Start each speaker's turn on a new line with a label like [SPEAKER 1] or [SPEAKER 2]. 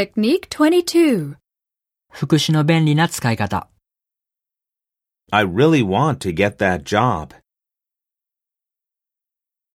[SPEAKER 1] Technique 22.
[SPEAKER 2] 副詞の便利な使い方。
[SPEAKER 3] I really want to get that job.